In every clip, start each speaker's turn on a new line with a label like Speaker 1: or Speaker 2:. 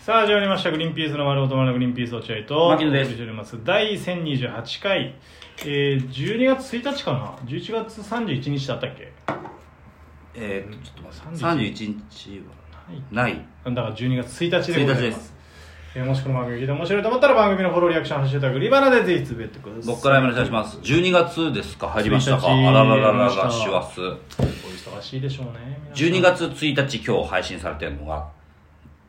Speaker 1: さあ始まりました「グリーンピースの丸ごと丸のグリーンピース落合」と
Speaker 2: 牧野です
Speaker 1: お送りしております第1028回、えー、12月1日かな11月31日だったっけ
Speaker 2: えー、ちょっと待
Speaker 1: 31
Speaker 2: って31日は
Speaker 1: はい
Speaker 2: ない
Speaker 1: だから12月1日でございま
Speaker 2: 1日ですす、
Speaker 1: えーもしこの番組が聞いて面白いと思ったら番組のフォローリアクション「ハッシュタググリバナ」でぜひつぶやいてください
Speaker 2: 僕からお願いします12月ですか入りましたか
Speaker 1: 1日
Speaker 2: あららららら師走
Speaker 1: お忙しいでしょうね皆さん
Speaker 2: 12月1日今日配信されてるのがっ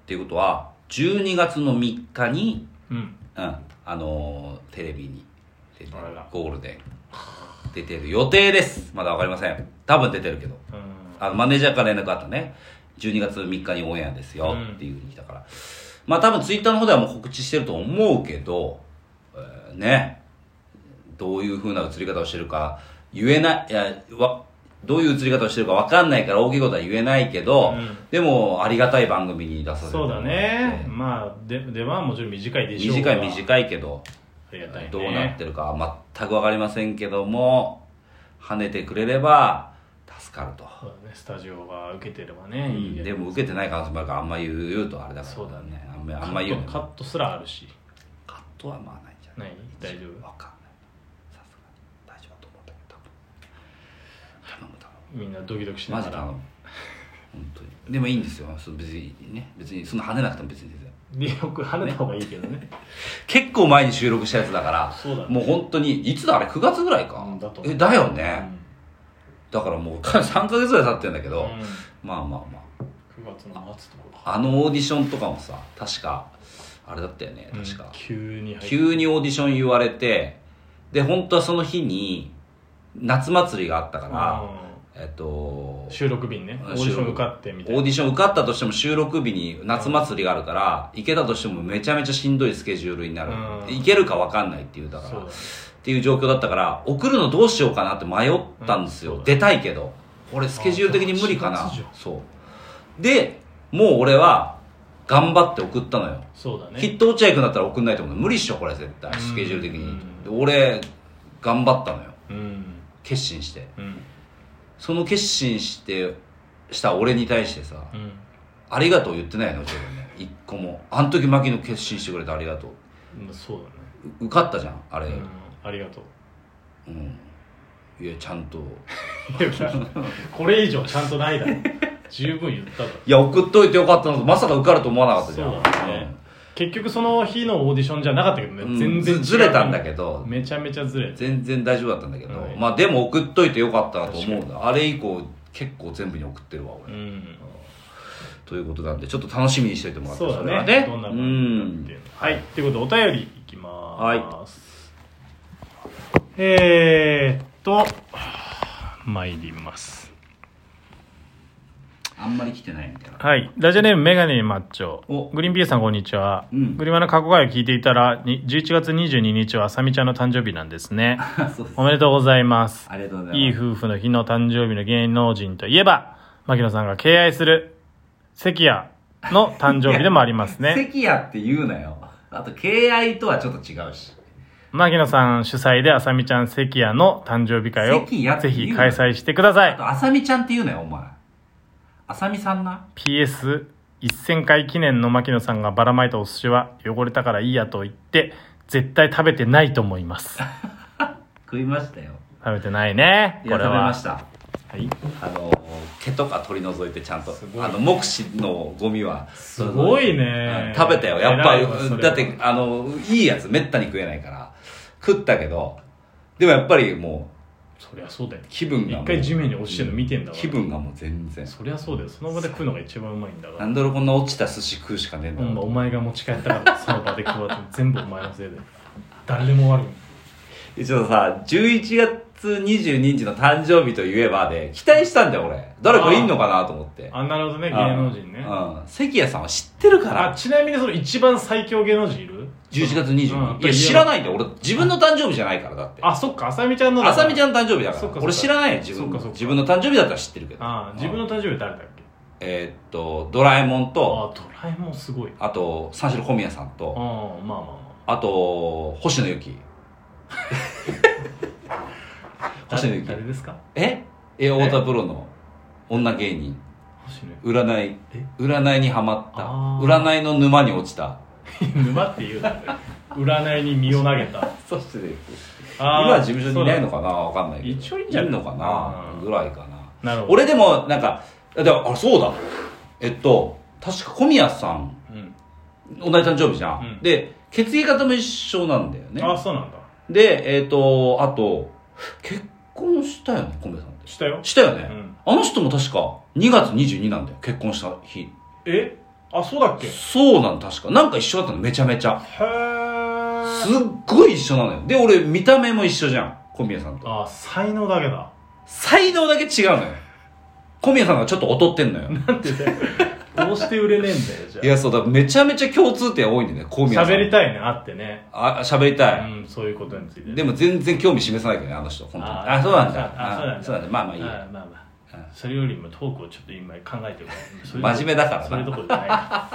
Speaker 2: ていうことは12月の3日に、
Speaker 1: うん
Speaker 2: うん、あのーテレビに出て
Speaker 1: あらら
Speaker 2: ゴールデン出てる予定ですまだわかりません多分出てるけど
Speaker 1: うん
Speaker 2: あのマネージャーから連絡あったね12月3日にオンエアですよ
Speaker 1: うん
Speaker 2: っていうふうに来たから、まあ多分ツイッターの方ではもう告知してると思うけど、えーねどういうふうな映り方をしてるか言えないいやわどういう映り方をしてるかわかんないから大きいことは言えないけど、
Speaker 1: うん
Speaker 2: でもありがたい番組に出させて
Speaker 1: そうだね
Speaker 2: も
Speaker 1: まあで出番はもちろん短い
Speaker 2: らっ
Speaker 1: で
Speaker 2: て
Speaker 1: しょうが
Speaker 2: 短い短いけど、
Speaker 1: ありがたいね
Speaker 2: どうなってるかは全くわかりませんけども跳ねてくれれば助かると。
Speaker 1: そうだねスタジオが受けてればね、
Speaker 2: う
Speaker 1: いい
Speaker 2: ん
Speaker 1: や
Speaker 2: でも受けてない可能性もあるからあんま言う言うとあれだから
Speaker 1: そうだね
Speaker 2: あんまあんま言うね
Speaker 1: カットカットすらあるし
Speaker 2: カットはまあないんじゃない
Speaker 1: ない大丈
Speaker 2: わかんないさすがに大丈夫だと思ったけど多分頼む頼
Speaker 1: 夫みんなドキドキし
Speaker 2: む
Speaker 1: な
Speaker 2: マジ
Speaker 1: が
Speaker 2: で頼む
Speaker 1: ら
Speaker 2: 本当にでもいいんですよその別にね別にそんな跳ねなくても別に全然
Speaker 1: リオく跳ねた方がいいけどね
Speaker 2: 結構前に収録したやつだから
Speaker 1: そうだね
Speaker 2: もう本当にいつだあれ9月ぐらいか
Speaker 1: うんだと思う
Speaker 2: えだよ
Speaker 1: う
Speaker 2: ね
Speaker 1: ん、
Speaker 2: だからもう3 ヶ月ぐらい経ってるんだけ
Speaker 1: う
Speaker 2: ど
Speaker 1: ん
Speaker 2: まあまあまあ
Speaker 1: 9月の末とか
Speaker 2: あのオーディションとかもさ確かあれだったよね確か、
Speaker 1: うん急に入
Speaker 2: 急にオーディション言われてで本当はその日に夏祭りがあったから、
Speaker 1: あ
Speaker 2: えっと
Speaker 1: ー収録便ねオーディション受かってみたい
Speaker 2: オー
Speaker 1: な
Speaker 2: ディション受かったとしても収録日に夏祭りがあるから、行けたとしてもめちゃめちゃしんどいスケジュールになる、
Speaker 1: うん
Speaker 2: 行けるか分かんないっていうだか
Speaker 1: そ
Speaker 2: ら
Speaker 1: うだね
Speaker 2: っていう状況だったから送るのどうしようかなって迷ったんですよ、
Speaker 1: うん
Speaker 2: 出たいけど俺スケジュール的に無理か
Speaker 1: あ
Speaker 2: な
Speaker 1: そうか
Speaker 2: そうでもう俺は頑張って送ったのよ
Speaker 1: そうだね
Speaker 2: きっと落合君だったら送んないと思う無理っしょこれ絶対スケジュール的
Speaker 1: う
Speaker 2: に
Speaker 1: ん
Speaker 2: で俺頑張ったのよ
Speaker 1: うん
Speaker 2: 決心して
Speaker 1: うん
Speaker 2: その決心してした俺に対してさ、ありがとう言ってないの落合君ね一個もあの時牧野決心してくれてありがとう
Speaker 1: うんそうだね
Speaker 2: う受かったじゃんあれ、
Speaker 1: うんありがとう
Speaker 2: うんいやちゃんと
Speaker 1: いやこれ以上ちゃんとないだ ろ十分言っただろ
Speaker 2: いや送っといてよかったのとまさか受かると思わなかったじゃん
Speaker 1: そうだね、結局その日のオーディションじゃなかったけどね、
Speaker 2: うん
Speaker 1: 全然違う
Speaker 2: ずずれたんだけど
Speaker 1: めちゃめちゃずれて
Speaker 2: 全然大丈夫だったんだけど、
Speaker 1: はい
Speaker 2: まあでも送っといてよかったなと思うんだあれ以降結構全部に送ってるわ俺、
Speaker 1: うん
Speaker 2: ということなんでちょっと楽しみにしておいてもらって
Speaker 1: そうだ
Speaker 2: れは
Speaker 1: ねどんな
Speaker 2: う
Speaker 1: 感じになるってい
Speaker 2: ん
Speaker 1: うのはいということでお便りいきます、えーっと参ります
Speaker 2: あんまり来てないみたいな
Speaker 1: はい。ラジオネームメガネにマッチ
Speaker 2: お
Speaker 1: ョ。グリーンピースさんこんにちは。
Speaker 2: うん
Speaker 1: グリマの過去回を聞いていたら、に11月22日はあさみちゃんの誕生日なんですね。
Speaker 2: そうです
Speaker 1: おめでとうございます。
Speaker 2: ありがとうございます
Speaker 1: いい夫婦の日の誕生日の芸能人といえば、牧野さんが敬愛する関谷の誕生日でもあります ね。
Speaker 2: 関谷って言うなよあと敬愛とはちょっと違うし
Speaker 1: 牧野さん主催であさみちゃん関谷の誕生日会を
Speaker 2: 関谷って
Speaker 1: ぜ
Speaker 2: 言う
Speaker 1: ひ
Speaker 2: の
Speaker 1: 開催してくださ
Speaker 2: あ
Speaker 1: い。
Speaker 2: とあさみちゃんって言うなよお前あさみさんな
Speaker 1: PS1000 回記念の牧野さんがばらまいたお寿司は汚れたからいいやと言って、絶対食べてないと思い ます。
Speaker 2: 食いましたよ
Speaker 1: 食べてないね。
Speaker 2: い
Speaker 1: こ
Speaker 2: や
Speaker 1: れ
Speaker 2: 食べま
Speaker 1: は。
Speaker 2: した
Speaker 1: はい。
Speaker 2: あの毛とか取り除いてちゃんと
Speaker 1: すごい
Speaker 2: あの目視のゴミはす
Speaker 1: ごいね
Speaker 2: 食べたよやっぱ
Speaker 1: 偉いわそれは
Speaker 2: りだってあのいいやつめったに食えないから食ったけどでもやっぱりも
Speaker 1: そりゃそうだよ
Speaker 2: う。気分がもう
Speaker 1: 一回地面に落ちてるの見てんだから
Speaker 2: 気分がもう全然
Speaker 1: そりゃそうだよ。その場で食うのが一番うまいんだか
Speaker 2: な
Speaker 1: ら。
Speaker 2: んで俺こんな落ちた寿司食うしかねえんだ
Speaker 1: ほ
Speaker 2: ろうん
Speaker 1: まお前が持ち帰ったから、その場で食わって全部お前のせいで。誰でも 悪い。
Speaker 2: 一応さ11月22日の誕生日といえばで期待したんだよ俺誰かいんのかなと思って
Speaker 1: あ、なるほどね、芸能人ね。
Speaker 2: うん関谷さんは知ってるか
Speaker 1: あ、
Speaker 2: ら
Speaker 1: ちなみにその一番最強芸能人いる
Speaker 2: 11月
Speaker 1: う
Speaker 2: 22
Speaker 1: ん
Speaker 2: 日いや知らないんだよ俺自分の誕生日じゃないからだって
Speaker 1: あ、そっか、あさみちゃんの。
Speaker 2: あさみちゃ
Speaker 1: ん。
Speaker 2: んの誕生日だ
Speaker 1: そっからそ
Speaker 2: か
Speaker 1: っか
Speaker 2: 俺知らないよ自分
Speaker 1: そっか
Speaker 2: の
Speaker 1: そっか
Speaker 2: 自分の誕生日だったら知ってるけど
Speaker 1: あ、自分の誕生日誰だっけ
Speaker 2: えーっとドラえもんと
Speaker 1: あ、ドラえもんすごい。うん、
Speaker 2: あと三四郎小宮さんと
Speaker 1: まあまあま
Speaker 2: あと星野由紀
Speaker 1: あ。
Speaker 2: 星野由紀
Speaker 1: 誰誰ですか
Speaker 2: ええ太田プロの女芸人
Speaker 1: 星野
Speaker 2: 占い
Speaker 1: え
Speaker 2: 占いにはまった
Speaker 1: あー
Speaker 2: 占いの沼に落ちた
Speaker 1: 沼って言うなって占いに身を投げた
Speaker 2: そしてね
Speaker 1: あー
Speaker 2: 今事務所にいないのかなわかんないけど
Speaker 1: 一応いんじゃない
Speaker 2: るのかな
Speaker 1: うん
Speaker 2: ぐらいかな
Speaker 1: なるほど
Speaker 2: 俺でもなんかでもあそうだえっと確か小宮さん
Speaker 1: うん
Speaker 2: 同じ誕生日じゃん、
Speaker 1: うん
Speaker 2: で血液型も一緒なんだよね
Speaker 1: あそうなんだ
Speaker 2: でえっ、とあと結婚したよね小宮さんって
Speaker 1: したよ
Speaker 2: したよね、
Speaker 1: うん
Speaker 2: あの人も確か2月22なんだよ結婚した日
Speaker 1: えあそうだっけへ
Speaker 2: そうなの確かなんか一緒だったのめちゃめちゃす
Speaker 1: え
Speaker 2: っごい一緒なのよで俺見た目も一緒じゃん小宮さんと
Speaker 1: あ才能だけだ
Speaker 2: 才能だけ違うのよ小宮さんがちょっと劣ってんのよ
Speaker 1: なんて だよどうして売れねえんだよじ
Speaker 2: い
Speaker 1: ゃ
Speaker 2: やそうだからめちゃめちゃ共通点多いんだよね小宮
Speaker 1: あ
Speaker 2: さん
Speaker 1: 喋りたいねあってね
Speaker 2: あ喋りたい、
Speaker 1: うんそういうことについて
Speaker 2: でも全然興味示さないけどねあの人本当に
Speaker 1: あ
Speaker 2: あそうなんだ
Speaker 1: あそうなんだ
Speaker 2: そうなんだまあまあいいや
Speaker 1: あまあまあそれよりもトークをちょっと今考えてるからそれ
Speaker 2: 真面目だからな
Speaker 1: それどころじゃないか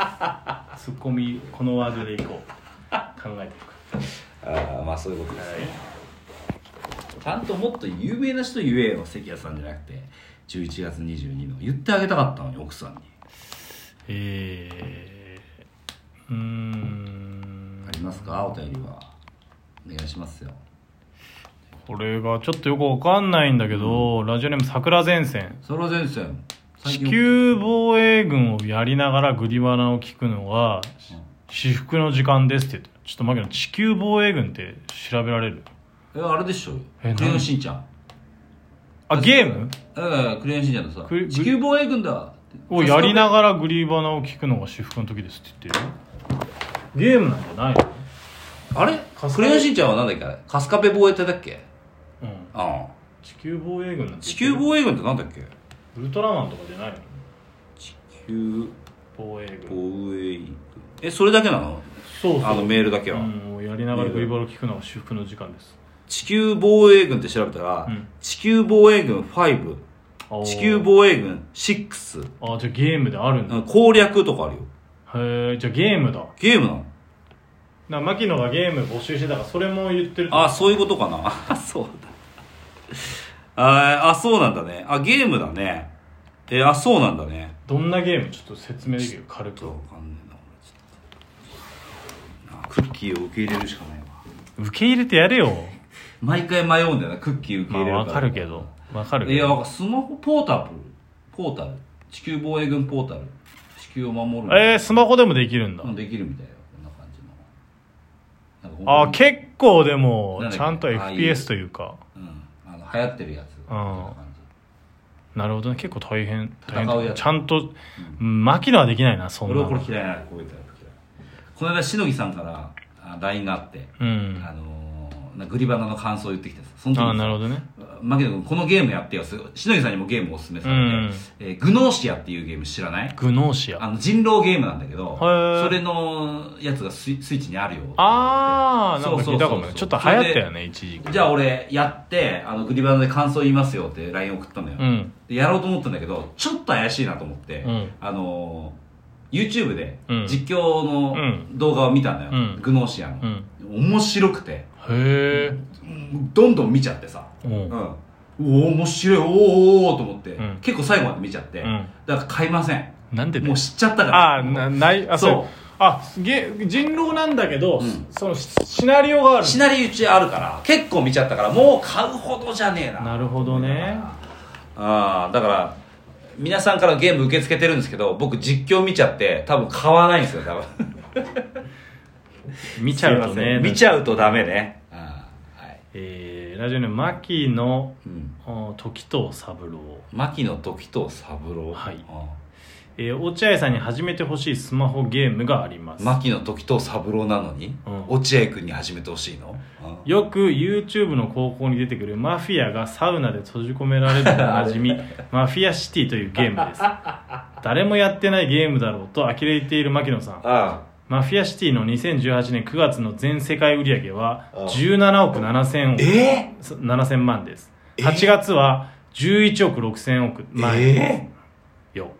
Speaker 1: らツッコミこのワードでいこう考えてるか
Speaker 2: ああまあそういうこと
Speaker 1: ら
Speaker 2: で
Speaker 1: は
Speaker 2: す
Speaker 1: い
Speaker 2: ねちゃんともっと有名な人言えよ関谷さんじゃなくて11月22の言ってあげたかったのに奥さんに
Speaker 1: えーうーん
Speaker 2: ありますかお便りはお願いしますよ
Speaker 1: これがちょっとよくわかんないんだけど、ラジオネーム桜前線
Speaker 2: そら前線
Speaker 1: 地球防衛軍をやりながらグリバナを聞くのは至福の時間ですって言ってちょっと待けど地球防衛軍って調べられる
Speaker 2: えあれでしょ
Speaker 1: え
Speaker 2: クレヨンしんちゃん
Speaker 1: あゲーム
Speaker 2: うんクレヨンしんちゃんのさ
Speaker 1: クレ
Speaker 2: 地球防衛軍だ
Speaker 1: をやりながらグリバナを聞くのが至福の時ですって言ってるよゲームなんじゃないの
Speaker 2: あれ
Speaker 1: カスカベ
Speaker 2: クレヨンしんちゃんはなんだっけあれカスカベ防衛隊だっけ
Speaker 1: うん
Speaker 2: ああ
Speaker 1: 地球防衛軍なんて
Speaker 2: 地球防衛軍ってなんだっけ
Speaker 1: ウルトラマンとかじゃないの
Speaker 2: 地球
Speaker 1: 防衛軍
Speaker 2: 防衛軍えそれだけなの
Speaker 1: そうそう
Speaker 2: あのメールだけ
Speaker 1: う
Speaker 2: は、
Speaker 1: ん、をやりながらグリバナを聞くのが至福の時間です
Speaker 2: 地球防衛軍って調べたら、
Speaker 1: うん
Speaker 2: 地球防衛軍5
Speaker 1: あー
Speaker 2: 地球防衛軍6
Speaker 1: あーじゃあゲームであるんだ、
Speaker 2: うん攻略とかあるよ
Speaker 1: へえじゃあゲームだ
Speaker 2: ゲームなの
Speaker 1: な牧野がゲーム募集してたからそれも言ってる
Speaker 2: あそういうことか なそうだあーあそうなんだねあゲームだねえーあそうなんだね
Speaker 1: どんなゲームちょっと説明できる軽
Speaker 2: ち
Speaker 1: く
Speaker 2: ょっとわかんねえな俺ちょっとあクッキーを受け入れるしかないわ
Speaker 1: 受け入れてやれよ
Speaker 2: 毎回迷うんだよなクッキー受け
Speaker 1: まあ
Speaker 2: 入れるら
Speaker 1: わかるけどわかるけ
Speaker 2: い
Speaker 1: ど
Speaker 2: やわかスマホポータブルポータル地球防衛軍ポータル地球を守る
Speaker 1: えー、スマホでもできるんだ、
Speaker 2: うんできるみたいよこんな感じのなんか本当に
Speaker 1: あー結構でも
Speaker 2: なんだっけ
Speaker 1: ちゃんと
Speaker 2: ああいう
Speaker 1: FPS というか
Speaker 2: うん、あの流行ってるやつみたいな感じ
Speaker 1: なるほどね結構大変大
Speaker 2: 戦う
Speaker 1: 変
Speaker 2: やつ
Speaker 1: ちゃんとうん牧野はできないなそんな
Speaker 2: 俺は
Speaker 1: の
Speaker 2: これ嫌いなこういうタイプ嫌いこの間しのぎさんからあ LINE があって、
Speaker 1: うん
Speaker 2: あのー、なんかグリバナの感想を言ってきてさその時
Speaker 1: ああ
Speaker 2: に
Speaker 1: な
Speaker 2: さ
Speaker 1: るほどね
Speaker 2: 牧野君このゲームやってよすごいしのぎさんにもゲームをおすすめされて、
Speaker 1: うん
Speaker 2: えーグノーシアっていうゲーム知らない
Speaker 1: グノーシア
Speaker 2: あの人狼ゲームなんだけど
Speaker 1: ー
Speaker 2: それのやつがスイスイッチにあるよ
Speaker 1: あー
Speaker 2: そう
Speaker 1: なんか聞いたかもねちょ
Speaker 2: そうそうそう
Speaker 1: っと流行ったよね一時期
Speaker 2: じゃあ俺やってあのグリバナで感想言いますよって LINE 送ったのよ、
Speaker 1: うん
Speaker 2: でやろうと思ったんだけどちょっと怪しいなと思って、
Speaker 1: うん
Speaker 2: あのー YouTube で
Speaker 1: うん
Speaker 2: 実況の
Speaker 1: うん
Speaker 2: 動画を見たのよ、
Speaker 1: うん
Speaker 2: グノーシアの
Speaker 1: う、ん
Speaker 2: 面白くて
Speaker 1: へえ
Speaker 2: うんどんどん見ちゃってさ、
Speaker 1: うん
Speaker 2: う
Speaker 1: うんん
Speaker 2: おお面白いおーおーおーと思って、
Speaker 1: うん
Speaker 2: 結構最後まで見ちゃって、だから買いません
Speaker 1: なんでだ
Speaker 2: も
Speaker 1: よ
Speaker 2: う知っちゃったから
Speaker 1: ああなないあ
Speaker 2: そう
Speaker 1: そうあゲ人狼なんだけど
Speaker 2: ん
Speaker 1: そのシシナリオがある
Speaker 2: シナリオちあるから結構見ちゃったからもう買うほどじゃねえな
Speaker 1: なるほどね
Speaker 2: ああだから皆さんからゲーム受け付けてるんですけど僕実況見ちゃって多分買わないんですよ多分
Speaker 1: 見ちゃうと
Speaker 2: すいませ
Speaker 1: ね
Speaker 2: ん見ちゃうとダメねああはい、
Speaker 1: えーラジオネーム牧野
Speaker 2: うん、
Speaker 1: あー時藤三郎
Speaker 2: 牧野時藤三郎
Speaker 1: はい
Speaker 2: あ
Speaker 1: えー落合さんに始めてほしいスマホゲームがありま
Speaker 2: あ
Speaker 1: す、
Speaker 2: 牧野時藤三郎なのに、
Speaker 1: うん
Speaker 2: 落合君に始めてほしいのあ
Speaker 1: よく YouTube の高校に出てくるマフィアがサウナで閉じ込められるでおなじ みマフィアシティというゲームです誰もやってないゲームだろうと呆れている牧野さん
Speaker 2: あ
Speaker 1: マフィアシティの2018年9月の全世界売上は
Speaker 2: ああ
Speaker 1: 17億7000億
Speaker 2: え
Speaker 1: そ7000万です
Speaker 2: え
Speaker 1: 8月は11億6000億
Speaker 2: え
Speaker 1: 万円です
Speaker 2: え
Speaker 1: よ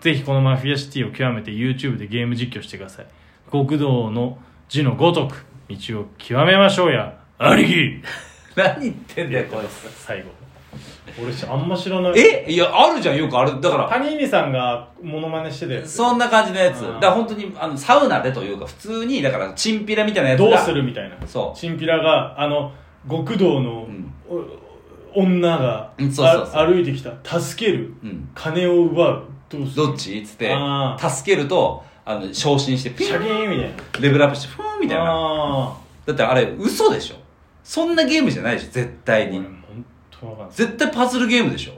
Speaker 1: ぜひこのマフィアシティを極めて YouTube でゲーム実況してください極道の字のごとく道を極めましょうや兄貴
Speaker 2: 何言ってんだよこいつ
Speaker 1: 最後俺あんま知らない
Speaker 2: えいや、あるじゃん、よくある。だから、
Speaker 1: パニーニさんがモノマネしてたやつ
Speaker 2: そんな感じのやつ。
Speaker 1: うん
Speaker 2: だから本当に、あの、サウナでというか、普通に、だから、チンピラみたいなやつが。
Speaker 1: どうするみたいな
Speaker 2: そう
Speaker 1: チンピラがあの極道の、
Speaker 2: ん
Speaker 1: お女が、
Speaker 2: うんそうそうそう
Speaker 1: あ歩いてきた助ける、
Speaker 2: うん
Speaker 1: 金を奪うどうする
Speaker 2: どっちっつって
Speaker 1: あ、ー
Speaker 2: 助けると、あの、昇進して、ピ
Speaker 1: シャ
Speaker 2: ン
Speaker 1: キーンみたいな
Speaker 2: レベルアップして、フーンみたいな。
Speaker 1: あ
Speaker 2: だってあれ、嘘でしょ。そんなゲームじゃないでしょ、絶対
Speaker 1: ー俺
Speaker 2: に
Speaker 1: ほ。んとわかんない
Speaker 2: 絶対パズルゲームでしょ。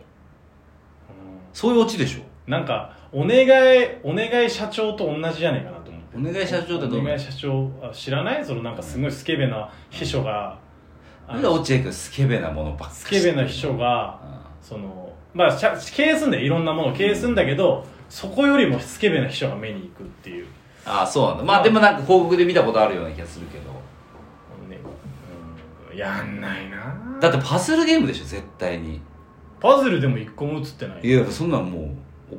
Speaker 2: そういうオチでしょ。
Speaker 1: なんかお願いお願い社長と同じじゃないかなと思って
Speaker 2: お願い社長ってどう
Speaker 1: お願い社長あ知らないそのなんかすごいスケベな秘書が、
Speaker 2: な
Speaker 1: あ
Speaker 2: んで
Speaker 1: の
Speaker 2: 落合君スケベなものばっかり
Speaker 1: スケベな秘書が
Speaker 2: う
Speaker 1: そのまあしゃ経営すんだよいろんなものを経営すんだけど、そこよりもスケベな秘書が目に行くっていう、
Speaker 2: んああそうなんだまあでもなんか広告で見たことあるような気がするけど
Speaker 1: ねうんやんないな
Speaker 2: だってパズルゲームでしょ絶対に
Speaker 1: パズルでも一個も映ってない
Speaker 2: いやそんなんもう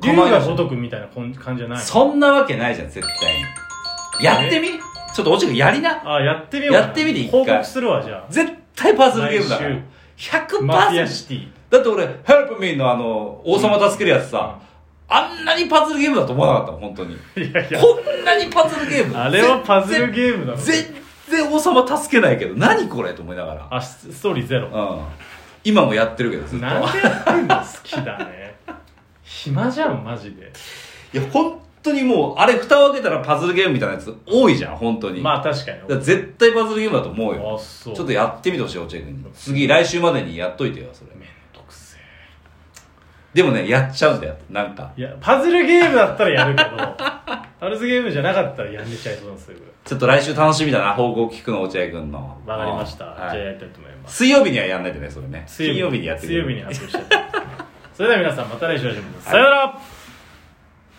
Speaker 2: お
Speaker 1: 竜
Speaker 2: 構いな
Speaker 1: が
Speaker 2: し
Speaker 1: 如くみたいなこん感じじゃない
Speaker 2: そんなわけないじゃん絶対にやってみちょっと落合君やりな
Speaker 1: あやってみようかな
Speaker 2: やってみて一回
Speaker 1: 報告するわじゃあ
Speaker 2: 絶対パズルゲームだから
Speaker 1: 毎マフィア
Speaker 2: 100%
Speaker 1: シティ
Speaker 2: だって俺「Help Me」のあの王様助けるやつさ、あんなにパズルゲームだと思わなかったもん本当に
Speaker 1: いやいや
Speaker 2: こんなにパズルゲーム
Speaker 1: あれはパズルゲームだろ
Speaker 2: 全然王様助けないけど何これと思いながら
Speaker 1: あスストーリーゼロ
Speaker 2: うん今もやってるけどずっとい
Speaker 1: なんでやってんの好きだね暇じゃんマジで
Speaker 2: や本当にもうあれ蓋を開けたらパズルゲームみたいなやつ多いじゃん本当に
Speaker 1: まあ確かに
Speaker 2: だから絶対パズルゲームだと思うよ
Speaker 1: あそう
Speaker 2: ちょっとやってみてほしい落合君に次来週までにやっといてよそれ
Speaker 1: めんどくせえ
Speaker 2: でもねやっちゃうんだよなんか
Speaker 1: いやパズルゲームだったらやるけどパズルゲームじゃなかったらやめちゃいそうなんですよ
Speaker 2: ちょっと来週楽しみだな報告聞くの落合君の
Speaker 1: わかりました、
Speaker 2: うん
Speaker 1: じゃあ
Speaker 2: はい
Speaker 1: やりたいと思います
Speaker 2: 水曜日にはやんないでねそれね金曜日にやってく
Speaker 1: 水
Speaker 2: れ
Speaker 1: 曜日に
Speaker 2: る
Speaker 1: 発表してそれでは皆さんまた来週お会いしましょうさよなら